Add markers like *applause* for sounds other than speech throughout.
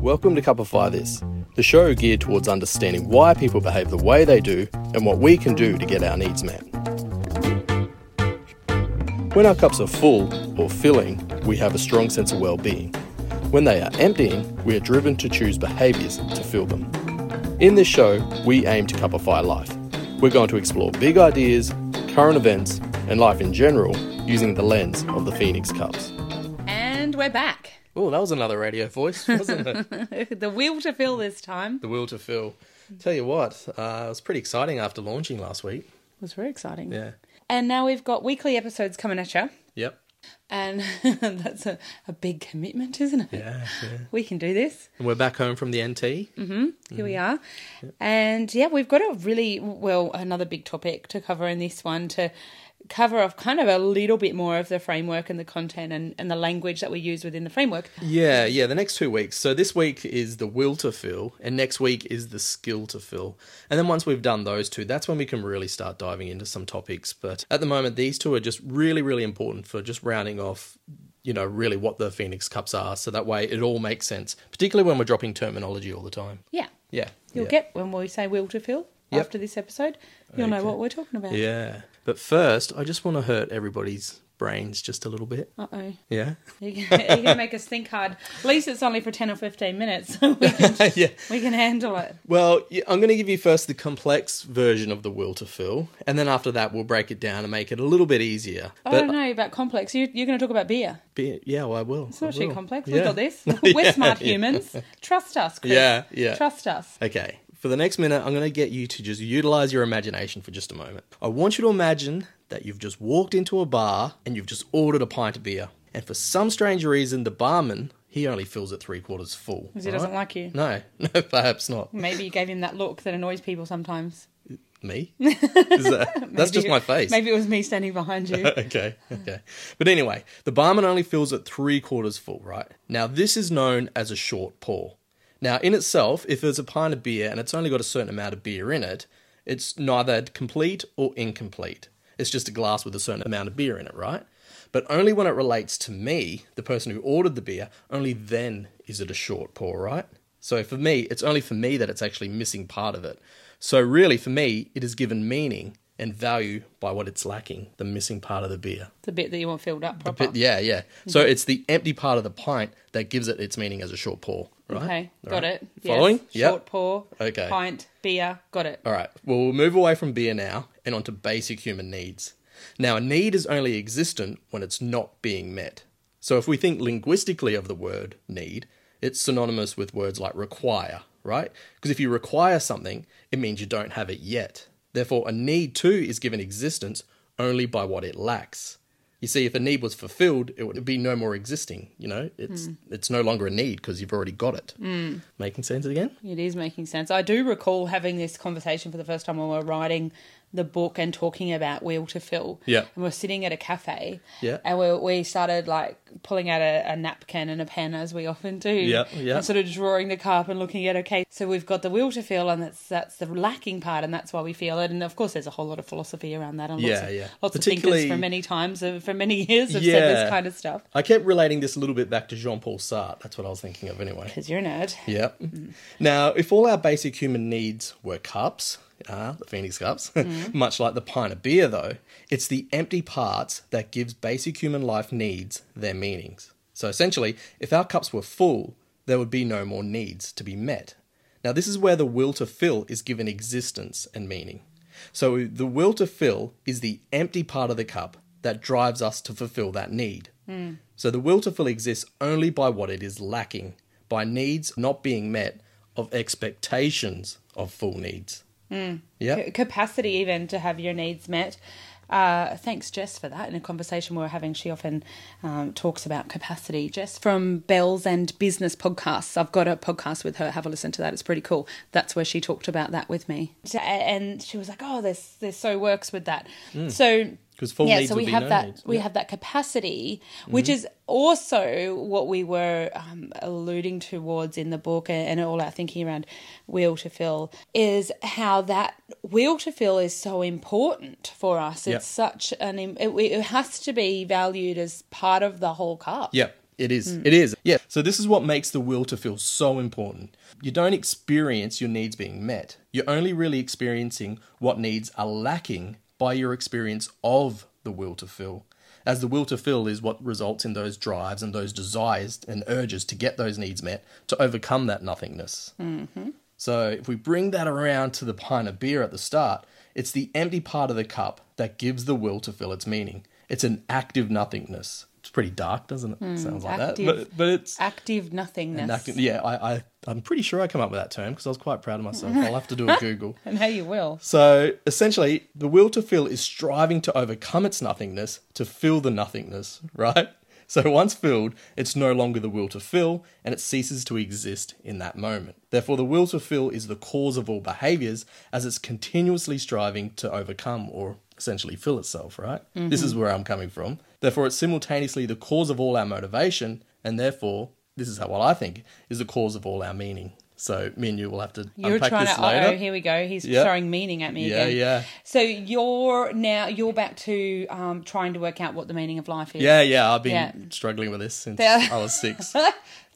Welcome to Cupify This, the show geared towards understanding why people behave the way they do and what we can do to get our needs met. When our cups are full or filling, we have a strong sense of well being. When they are emptying, we are driven to choose behaviours to fill them. In this show, we aim to cupify life. We're going to explore big ideas, current events, and life in general using the lens of the Phoenix Cups. And we're back. *laughs* Oh, that was another radio voice, wasn't *laughs* it? the will to fill this time the will to fill. Tell you what, uh, it was pretty exciting after launching last week. was very exciting. Yeah. And now we've got weekly episodes coming at you. Yep. And *laughs* that's a, a big commitment, isn't it? Yeah. yeah. We can do this. And we're back home from the NT. Here Mm. we are. And yeah, we've got a really, well, another big topic to cover in this one to cover off kind of a little bit more of the framework and the content and, and the language that we use within the framework. Yeah, yeah, the next two weeks. So this week is the will to fill, and next week is the skill to fill. And then once we've done those two, that's when we can really start diving into some topics. But at the moment, these two are just really, really important for just rounding off, you know, really what the Phoenix Cups are. So that way it all makes sense, particularly when we're dropping terminology all the time. Yeah. Yeah. You'll yeah. get when we say will to fill Yep. after this episode, you'll know Okay. what we're talking about. Yeah. But first, I just want to hurt everybody's brains just a little bit. Uh oh. Yeah. *laughs* You're *laughs* going to make us think hard. At least it's only for 10 or 15 minutes. *laughs* we, can, yeah. we can handle it. Well, y- I'm going to give you first the complex version of the will to fill, and then after that, we'll break it down and make it a little bit easier. I don't know about complex. You, you're going to talk about beer. be- yeah, well, I will. It's not I too will. *laughs* complex. Yeah. We got this. We're *laughs* smart humans. Trust us, Chris. Yeah, yeah. Trust us. Okay, for the next minute, I'm going to get you to just utilize your imagination for just a moment. I want you to imagine that you've just walked into a bar and you've just ordered a pint of beer, and for some strange reason, the barman he only fills it three quarters full. Because he doesn't like you. No, *laughs* no, perhaps not. Maybe you gave him that look that annoys people sometimes. Me? *laughs* Is that- that's just Maybe- my face. Maybe it was me standing behind *laughs* you. okay, okay. But anyway, the barman only fills it three quarters full, right? Now, this is known as a short pour. Now, in itself, if there's a pint of beer and it's only got a certain amount of beer in it, it's neither complete or incomplete. It's just a glass with a certain amount of beer in it, right? But only when it relates to me, the person who ordered the beer, only then is it a short pour, right? So for me, it's only for me that it's actually missing part of it. So really, for me, it is given meaning and value by what it's lacking, the missing part of the beer. the bit that you want filled up proper. But yeah, yeah. Mm-hmm. So it's the empty part of the pint that gives it its meaning as a short pour, right? Okay, All got right. it. Yes. Following? Yep. Short pour, Okay. pint, beer, got it. All right. Well, we'll move away from beer now and onto basic human needs. Now, a need is only existent when it's not being met. So, if we think linguistically of the word need, it's synonymous with words like require, right? Because if you require something, it means you don't have it yet. Therefore, a need too is given existence only by what it lacks. You see, if a need was fulfilled, it would be no more existing. You know, it's it's no longer a need because you've already got it. Making sense again? It is making sense. I do recall having this conversation for the first time when we were writing the book and talking about Will to Fill. Yeah. And we are sitting at a cafe. Yeah. And we, we started like pulling out a, a napkin and a pen as we often do. Yeah, yeah. And sort of drawing the cup and looking at okay, so we've got the will to fill and that's that's the lacking part and that's why we feel it. And of course there's a whole lot of philosophy around that and lots Yeah, of yeah. lots of Particularly- thinkers for many times uh, for many years have Yeah. said this kind of stuff. I kept relating this a little bit back to Jean Paul Sartre. That's what I was thinking of anyway. Because you're a nerd. Yep. Now, if all our basic human needs were cups, uh, the Phoenix cups, *laughs* much like the pint of beer, though, it's the empty parts that gives basic human life needs their meanings. So essentially, if our cups were full, there would be no more needs to be met. Now, this is where the will to fill is given existence and meaning. So, the will to fill is the empty part of the cup that drives us to fulfill that need. Hmm. So, the will to fill exists only by what it is lacking, by needs not being met, of expectations of full needs. Hmm. Yeah. c- capacity even to have your needs met. Uh, thanks, Jess, for that. In a conversation we were having, she often um, talks about capacity. Jess from Bells and Business podcasts. I've got a podcast with her. Have a listen to that. It's pretty cool. That's where she talked about that with me, So- and she was like, "Oh, this this so works with that." So 'Cause full yeah, needs so would we be have no that. needs. Mm-hmm. We have that capacity, which is also what we were um, alluding towards in the book and, and all our thinking around will to fill is how that will to fill is so important for us. Yep. It's such an im- it, it has to be valued as part of the whole cup. Yep. It is. It is. Yeah. So this is what makes the will to feel so important. You don't experience your needs being met. You're only really experiencing what needs are lacking by your experience of the will to fill. As the will to fill is what results in those drives and those desires and urges to get those needs met to overcome that nothingness. So if we bring that around to the pint of beer at the start, it's the empty part of the cup that gives the will to fill its meaning. It's an active nothingness. It's pretty dark, doesn't it? Sounds like active. that. But, but it's Active nothingness. an active. Yeah, I, I, I'm pretty sure I come up with that term because I was quite proud of myself. I'll have to do a Google. I know you will. So essentially, the will to fill is striving to overcome its nothingness to fill the nothingness, *laughs* right? So once filled, it's no longer the will to fill and it ceases to exist in that moment. Therefore, the will to fill is the cause of all behaviors as it's continuously striving to overcome or essentially fill itself, right? Mm-hmm. This is where I'm coming from. Therefore, it's simultaneously the cause of all our motivation and therefore, this is how what I think is the cause of all our meaning. So me and you will have to You're unpack trying this to. later. Oh, here we go. He's Yeah. throwing meaning at me Yeah, again. yeah. So you're now you're back to um, trying to work out what the meaning of life is. Yeah, yeah, I've been Yeah. struggling with this since Yeah. I was *laughs* six.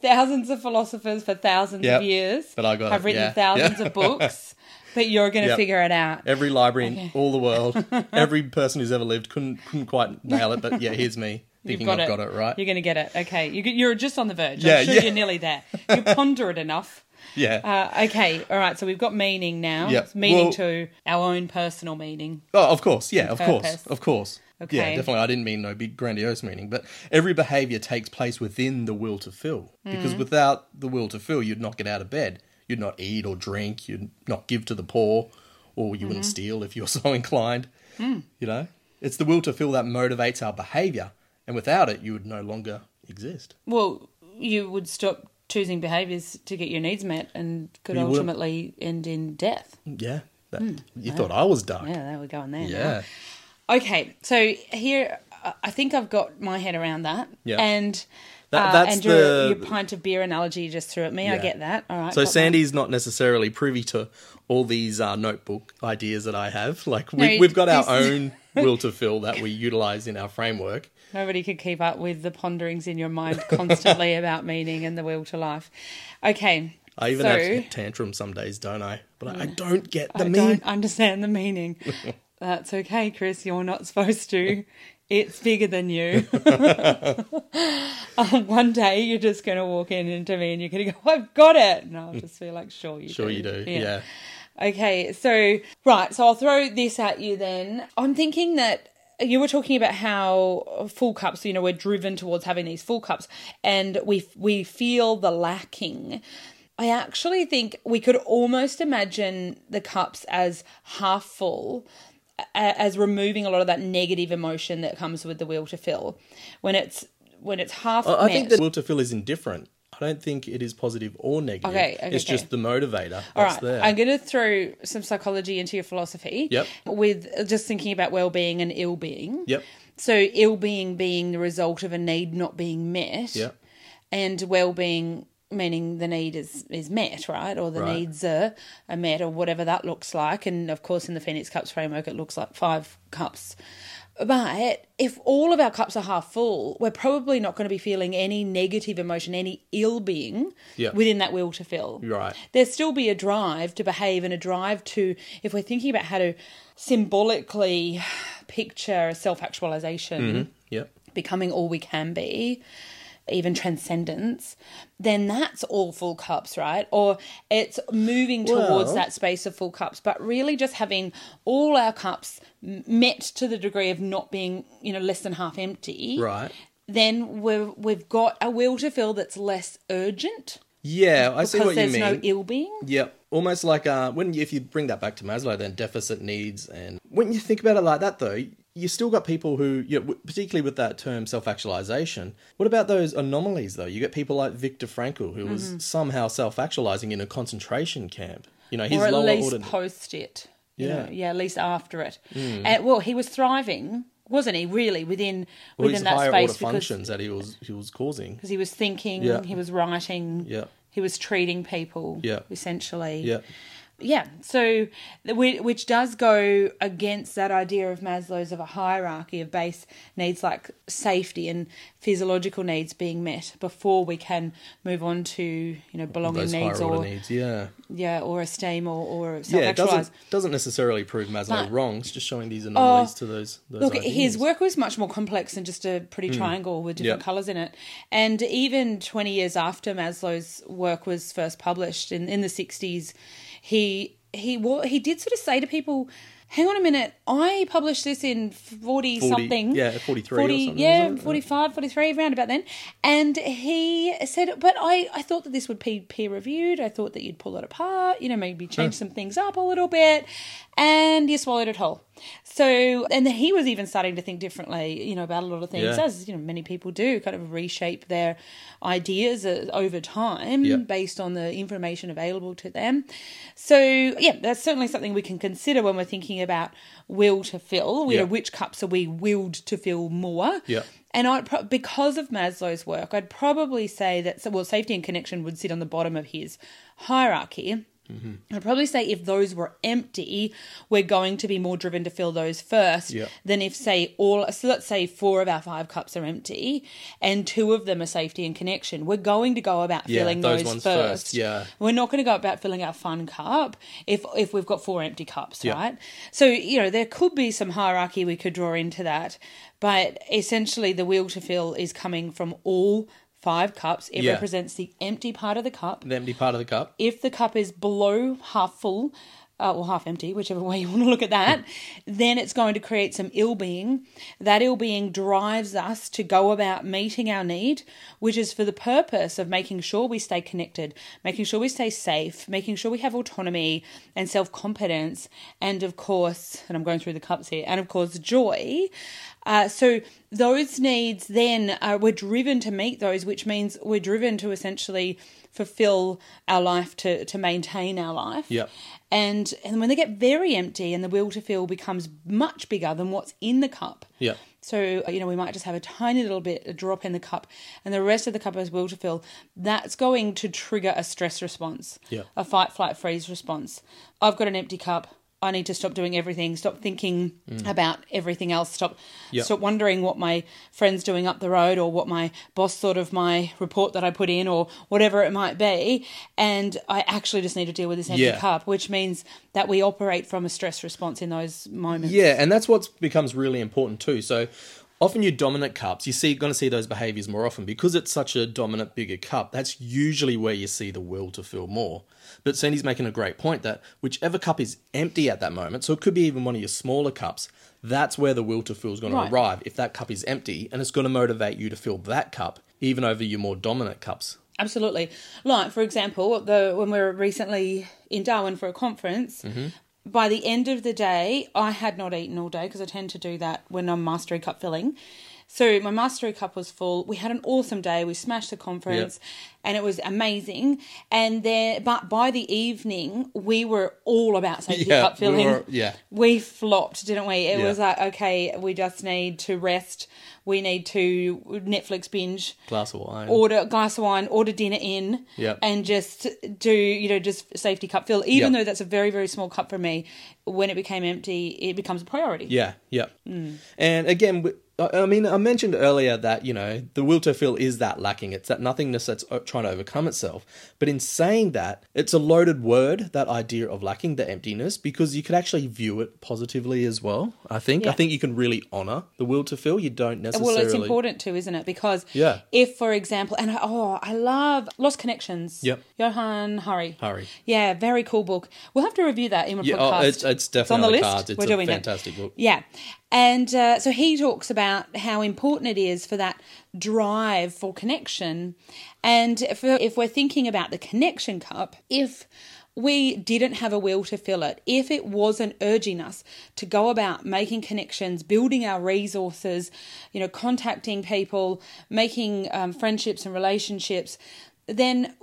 thousands of philosophers for thousands Yep. of years But I got have it. written Yeah. thousands Yeah. of *laughs* books, but you're going to Yep. figure it out. Every library in all the *laughs* world, every person who's ever lived couldn't couldn't quite nail it, but yeah, here's me thinking I've got it right. You're going to get it. Okay, you, you're just on the verge. Yeah, I'm sure yeah. you're *laughs* nearly there. You ponder it enough. yeah. Uh, okay, all right. So we've got meaning now. Yep. It's Meaning Well- to our own personal meaning. Oh, of course. Yeah, of course. purpose. Of course. Yeah, Okay. definitely. I didn't mean no big grandiose meaning, but every behavior takes place within the will to fill. Because Mm. without the will to fill, you'd not get out of bed. You'd not eat or drink. You'd not give to the poor, or you Mm-hmm. wouldn't steal if you're *laughs* so inclined. Mm. You know, it's the will to fill that motivates our behavior, and without it, you would no longer exist. Well, you would stop choosing behaviors to get your needs met, and could You would. ultimately end in death. Yeah, that, you thought I was dark. Hmm. Yeah, there we go on there. now. Yeah. Okay, so here I- I think I've got my head around that. Yeah. And That- uh, that's and your, the- your pint of beer analogy you just threw at me. I Yeah. get that. All right. So got that. Sandy's not necessarily privy to all these uh, notebook ideas that I have. Like we, No, we've got our this- *laughs* own will to fill that we utilize in our framework. Nobody could keep up with the ponderings in your mind *laughs* constantly about meaning and the will to life. Okay. I even so Mm. have tantrums some days, don't I? But I, I don't get the I mean. don't understand *laughs* the meaning. That's okay, Chris. You're not supposed to. It's bigger than you. *laughs* *laughs* um, one day you're just going to walk in into me and you're going to go, I've got it. And I'll just feel like, sure you Sure, do. you do. Yeah. Okay, so right, so I'll throw this at you then. I'm thinking that you were talking about how full cups, you know, we're driven towards having these full cups and we we feel the lacking. I actually think we could almost imagine the cups as half full a- as removing a lot of that negative emotion that comes with the will to fill. When it's when it's half I I think met- the will to fill is indifferent. I don't think it is positive or negative. Okay, okay, it's just okay. the motivator that's All right, there. I'm going to throw some psychology into your philosophy. Yep. With just thinking about well-being and ill-being. Yep. So ill-being being the result of a need not being met. Yep. And well-being meaning the need is is met, right? Or the Right. needs are, are met, or whatever that looks like. And of course, in the Phoenix Cups framework, it looks like five cups. But if all of our cups are half full, we're probably not going to be feeling any negative emotion, any ill being Yeah. within that will to fill Right. there still be a drive to behave and a drive to if we're thinking about how to symbolically picture self actualization Yep. becoming all we can be even transcendence then that's all full cups right or it's moving towards Well- that space of full cups but really just having all our cups m- met to the degree of not being you know less than half empty Right. then we've we've got a will to fill that's less urgent Yeah, I see because what you there's mean. no ill being Yeah, almost like uh, when if you bring that back to Maslow, then deficit needs, and when you think about it like that, though, you still got people who, you know, w- particularly with that term self-actualization. What about those anomalies though? You get people like Viktor Frankl, who was Mm-hmm. somehow self-actualizing in a concentration camp. You know, his or at lower least order. post it. Yeah. Hmm. Yeah, yeah, at least after it. Uh, well, he was thriving, wasn't he? Really, within All these within that higher space order because functions that he was he was causing. 'cause he was thinking, Yeah. he was writing, Yeah. he was treating people, Yeah. essentially. Yeah, yeah so the- whi- which does go against that idea of maslow's of a hierarchy of base needs like safety and physiological needs being met before we can move on to you know belonging Those needs higher or order needs, yeah. yeah or esteem or, or Yeah, it self-actualize doesn't, doesn't necessarily prove Maslow But- Oh, wrong. It's just showing these anomalies to those, those Look, ideas. his work was much more complex than just a pretty Hmm. triangle with different Yep. colours in it. And even 20 years after Maslow's work was first published in, in the 60s, he he wa- he did sort of say to people, hang on a minute, I published this in 40 40, something. yeah, 43 or something, Yeah, wasn't it? 45, 43, around about then. And he said, but I, I thought that this would be peer reviewed. I thought that you'd pull it apart, you know, maybe change some things up a little bit. And you swallowed it whole. So, and then he was even starting to think differently, you know, about a lot of things, Yeah. as, you know, many people do, kind of reshape their ideas uh, over time Yeah. based on the information available to them. So, yeah, that's certainly something we can consider when we're thinking about will to fill, you Yeah. know, which cups are we willed to fill more? Yeah. And I, pro- because of Maslow's work, I'd probably say that so, well, safety and connection would sit on the bottom of his hierarchy. Mm-hmm. I'd probably say if those were empty, we're going to be more driven to fill those first Yeah. than if, say, all. So let's say four of our five cups are empty, and two of them are safety and connection. We're going to go about Yeah, filling those those, ones first. first, yeah. We're not going to go about filling our fun cup if if we've got four empty cups, Yeah. right? So you know there could be some hierarchy we could draw into that, but essentially the wheel to fill is coming from all five cups. It Yeah. represents the empty part of the cup. The empty part of the cup. If the cup is below half full. Uh, or half empty, whichever way you want to look at that, then it's going to create some ill being. That ill being drives us to go about meeting our need, which is for the purpose of making sure we stay connected, making sure we stay safe, making sure we have autonomy and self competence, and of course, and I'm going through the cups here, and of course, joy. Uh, so those needs then are, we're driven to meet those, which means we're driven to essentially fulfill our life to to maintain our life. Yep. And and when they get very empty and the will to fill becomes much bigger than what's in the cup. Yeah. So, uh, you know, we might just have a tiny little bit, a drop in the cup, and the rest of the cup is will to fill. That's going to trigger a stress response, Yeah. a fight, flight, freeze response. I've got an empty cup. I need to stop doing everything, stop thinking about everything else, stop Mm. Yeah. stop wondering what my friend's doing up the road or what my boss thought of my report that I put in or whatever it might be. And I actually just need to deal with this empty Yeah. cup, which means that we operate from a stress response in those moments. Yeah, and that's what becomes really important too. So often your dominant cups, you see going to see those behaviors more often because it's such a dominant bigger cup. That's usually where you see the will to fill more. But Sandy's making a great point that whichever cup is empty at that moment, so it could be even one of your smaller cups, that's where the will to fill is going Right. to arrive if that cup is empty, and it's going to motivate you to fill that cup even over your more dominant cups. Absolutely. Like, for example, the when we were recently in Darwin for a conference, Mm-hmm. by the end of the day, I had not eaten all day because I tend to do that when I'm mastery cup filling. So my mastery cup was full. We had an awesome day. We smashed the conference, and it was amazing. And there, but by the evening, we were all about safety Yeah, cup we filling. were- yeah. we flopped, didn't we? It Yeah. was like, okay, we just need to rest. We need to Netflix binge Glass of wine. order a glass of wine, order dinner in, Yep. and just do you know just safety cup fill. Yep. Even though that's a very very small cup for me, when it became empty, it becomes a priority. Yeah, yeah. And again, w- I I mean, I mentioned earlier that, you know, the will to fill is that lacking. It's that nothingness that's o- trying to overcome itself. But in saying that, it's a loaded word, that idea of lacking, the emptiness, because you could actually view it positively as well, I think. Yeah. I think you can really honor the will to fill. You don't necessarily. Well, it's important too, isn't it? Because Yeah. if, for example, and I, oh, I love Lost Connections. Yep. Johan Hari. Hari. Yeah, very cool book. We'll have to review that in a Yeah, oh, podcast. it's- it's definitely on the cards. It's a fantastic it. book. Yeah. And uh, so he talks about how important it is for that drive for connection. And if, if we're thinking about the connection cup, if we didn't have a will to fill it, if it wasn't urging us to go about making connections, building our resources, you know, contacting people, making um, friendships and relationships, then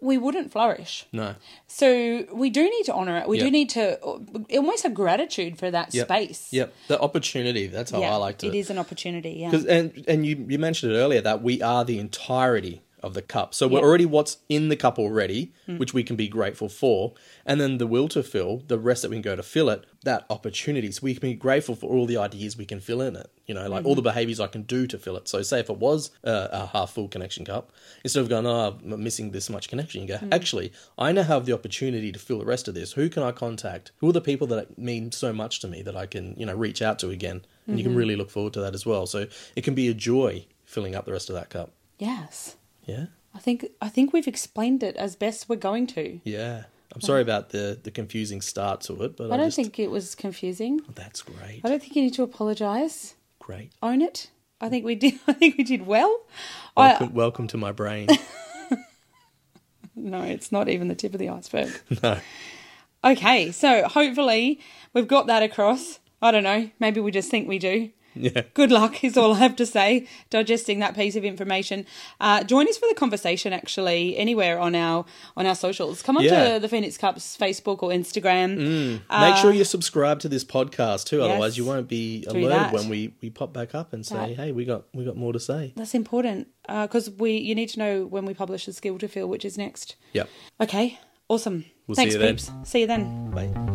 we wouldn't flourish. No. So we do need to honor it. We Yeah. do need to uh, almost have gratitude for that Yep. space. Yep. The opportunity. That's how Yeah, Oh, I like to It is an opportunity. Yeah. Because and and you you mentioned it earlier that we are the entirety of the cup. So we're Yeah. Hmm. already what's in the cup already, which we can be grateful for. And then the will to fill, the rest that we can go to fill it, that opportunity. So we can be grateful for all the ideas we can fill in it, you know, like Mm-hmm. all the behaviors I can do to fill it. So say if it was a, a half full connection cup, instead of going, oh, I'm missing this much connection, you go, Hmm. actually, I now have the opportunity to fill the rest of this. Who can I contact? Who are the people that mean so much to me that I can, you know, reach out to again? And Mm-hmm. you can really look forward to that as well. So it can be a joy filling up the rest of that cup. Yes. Yeah. I think I think we've explained it as best we're going to. Yeah. I'm sorry about the, the confusing start to it, but I, I don't just, think it was confusing. that's great. I don't think you need to apologize. Great. Own it. I think we did *laughs* I think we did well. Welcome, I welcome to my brain. *laughs* no, it's not even the tip of the iceberg. no. Okay, so hopefully we've got that across. I don't know. Maybe we just think we do. Yeah. Good luck is all I have to say. Digesting that piece of information. Uh, join us for the conversation. Actually, anywhere on our on our socials. Come on Yeah. Mm. to the Phoenix Cups Facebook or Instagram. Make sure you subscribe to this podcast too, Uh, yes. otherwise you won't be Do alerted that. when we, we pop back up and say, That- Hey, we got we got more to say. That's important because we you need to know when we publish the skill to feel, which is next. Yep. Okay, awesome. We'll see Thanks, you then. peeps. See you then. Bye.